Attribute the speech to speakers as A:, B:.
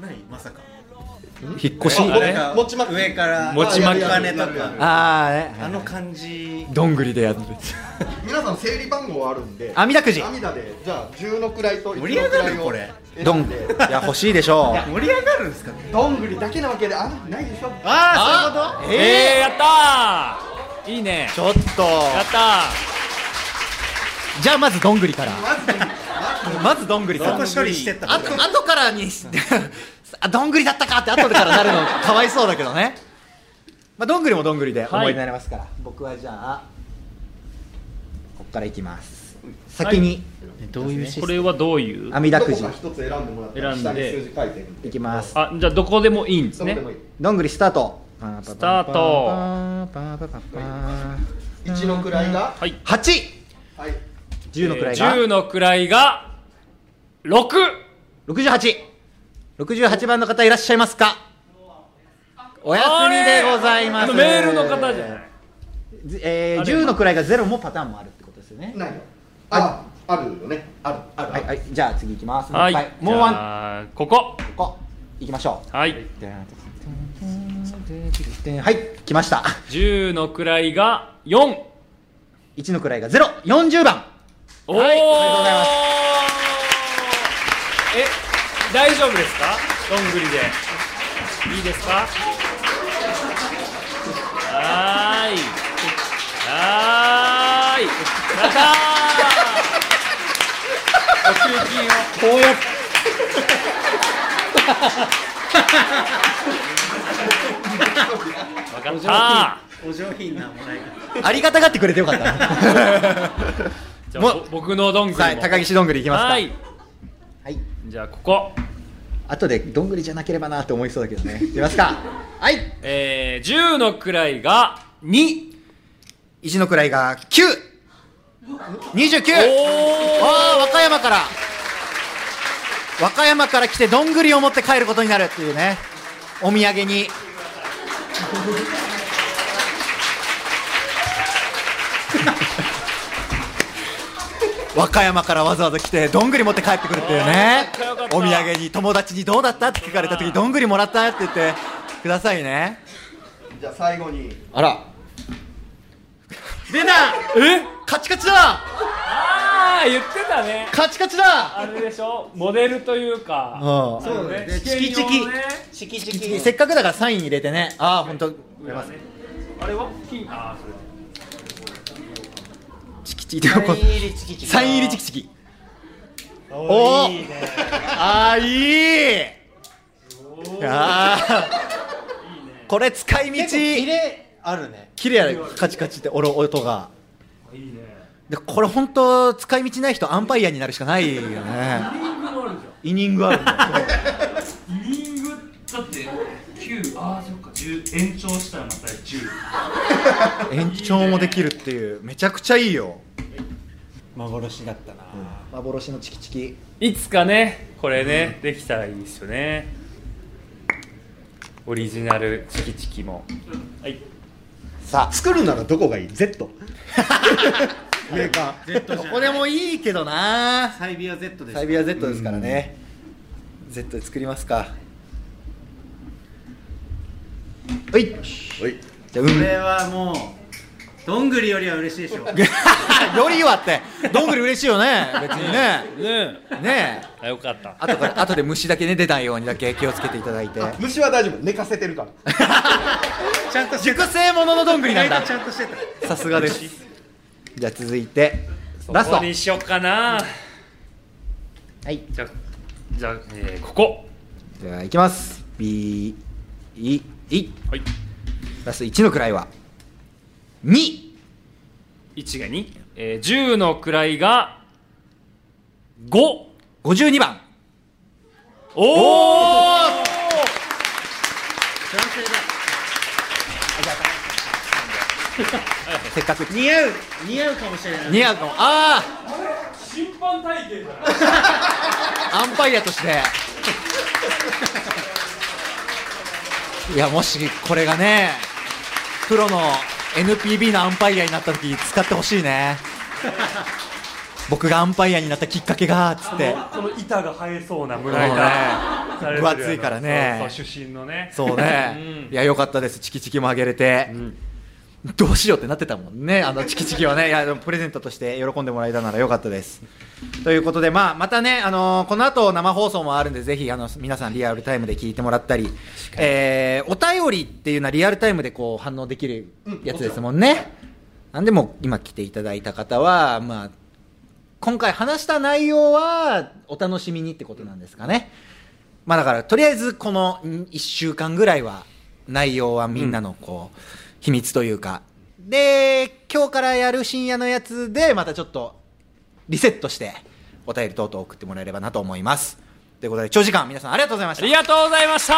A: ないまさか
B: 引っ越し
C: あれ
A: なんか
C: 持ちま
A: 上から
B: 持ちまき
A: お金と
C: やるやる
A: か
B: ああね
A: あの感じ
B: どんぐりでやる
C: 皆さん整理番号あるんで
B: 網だくじ
C: 涙でじゃあ10の位と1の
A: 盛り上がる
C: 位を
A: これ
B: どん
C: 選んで
B: いや欲しいでしょう
A: 盛り上がるんですかね
C: どんぐりだけなわけであないでしょ
A: ああそういうこと
D: えー、やったーいいね
B: ちょっと
D: やった
B: じゃあまずどんぐりから
C: まず
B: まずどんぐり
A: ど
B: から
A: こ処理してった
B: あと後からに しあどんぐりだったかって後でからなる のかわいそうだけどねまあどんぐりもどんぐりで思い出になりますから、僕はじゃあこっからいきます先に
A: どういう
D: ーこれはどういう
B: 網だ
C: ど
B: く
C: こ
B: じ
C: か一つ選んでもらったら
D: 選
C: 下に
D: んで
C: 数字書いてるんで
B: いきます
D: あじゃあどこでもいいんです
C: どこ
D: ね
C: でもいい
B: どんぐりスタート
D: スタート
C: 1の位が
D: はい
B: 810
C: はい
B: の位
D: えー
B: が
D: 10の位が6
B: 6868番の方いらっしゃいますかお休みでございます
D: あれあのメールの方じゃない
B: ずえー、
D: あれ
B: 10の位が0もパターンもあるってことですよね。
C: ないよああるよねあるある
B: はい、はい、じゃあ次行きます。
D: はい
B: もう一回もうワン、
D: ンここ
B: ここ、行きましょ
D: はい、
B: う。はい、来ました。
D: 10の位が4
B: 1の位が0、40番。
D: おお、
B: はいありがとうございます
D: え大丈夫ですかどんぐりでいいですかはーいはーいやった ーお給金を
B: こうやっ
D: 分かった
A: お上品なもらい方
B: ありがたがってくれてよかった な。
D: じゃ
B: も
D: あぼ僕のどんぐりも
B: はい、高岸どんぐりいきますか。
D: はーい
B: はい。
D: じゃあここ
B: 後でどんぐりじゃなければなって思いそうだけどね。いきますか。はい。
D: えー、10の位が2
B: 1の位が9。29!
D: おー
B: ああ、和歌山から。和歌山から来て、どんぐりを持って帰ることになるっていうね。お土産 に。和歌山からわざわざ来て、どんぐり持って帰ってくるっていうね
D: あーよかっ。た
B: お土産に友達にどうだったって聞かれた時、どんぐりもらったって言ってくださいね。
C: じゃあ最後に
B: あら。出た
D: え
B: カチカチだ
D: ああ言ってたね
B: カチカチだ
D: あれでしょモデルというか
B: うん。
A: そうね
D: あの
A: チキチキ
D: 試験用のね
A: チキチキ
B: せっかくだからサイン入れてね。ああ、本当。
D: 裏ねあれは金あーそれ
B: チキチキ。サイン入りチキチキ。おお。ああ、いい。ああ。これ使い道。
A: 結構キレあるね
B: 綺麗やねカチカチっておろ音が。でこれ本当使い道ない人アンパイアになるしかないよね。 イニングあるじゃん。イニン
E: イニン
B: グあるんだ。
E: グだって9ああそっか10延長したらまた10
B: 延長もできるっていうめちゃくちゃいいよ
A: 幻だったな
B: 幻のチキチキ
D: いつかねこれね、できたらいいですよねオリジナルチキチキもはい
B: さ
C: 作るならどこがいい Z メーカ
A: Z
B: あ
A: じ
B: こ
A: ゃ
B: こ
A: ない
B: でもいいけどな
A: サイビア Z で
B: サイ
A: す
B: ビア Z ですからね Z で作りますかはいじ
C: ーおい
B: ゃあ
A: こ
B: 運
A: れ
B: よ
A: はもうどんぐりよりは嬉しいでしょ
B: りいいわってどんぐり嬉しいよね別にね
D: ね
B: ねえ
D: あよかった
B: 後から後で虫だけね出ないようにだけ気をつけていただいて
C: 虫は大丈夫寝かせてるから
A: ちゃんとして
B: 熟成もののどんぐりなん
A: た
B: だ
A: ちゃんとしてた
B: さすがですじゃあ続いてラス
D: こ
B: ト
D: こにしよっかな
B: はい
D: じゃじゃあ、えー、ここ
B: じゃあいきます B いい
D: はい
B: ラスト1の位は2
D: 1が2、えー、10の位が5お
B: 52番
D: お
B: せっかく
A: 似合う似合うかもしれない
B: 似合うかもあ
D: 審判体験だ
B: あアンパイアとして いやもしこれがねプロの NPB のアンパイアになった時使ってほしいね僕がアンパイアになったきっかけがつって
D: この板が生えそうな
B: もう
D: 胸
B: ね
D: 板
F: されてるよな
B: 分厚いからね
F: そうそう出身のね
B: そうね、
D: うん
B: いや良かったですチキチキもあげれて、どうしようってなってたもんねあのチキチキ はねいやでもプレゼントとして喜んでもらえたなら良かったですということで、まあ、またね、あのーこの後生放送もあるんでぜひあの皆さんリアルタイムで聞いてもらったり、えーお便りっていうのはリアルタイムでこう反応できるやつですもんね、なんでも今来ていただいた方は、まあ、今回話した内容はお楽しみにってことなんですかね、まあだからとりあえずこの1週間ぐらいは内容はみんなのこう、秘密というかで今日からやる深夜のやつでまたちょっとリセットしてお便り等々送ってもらえればなと思いますということで長時間皆さんありがとうございました
D: りがとうございました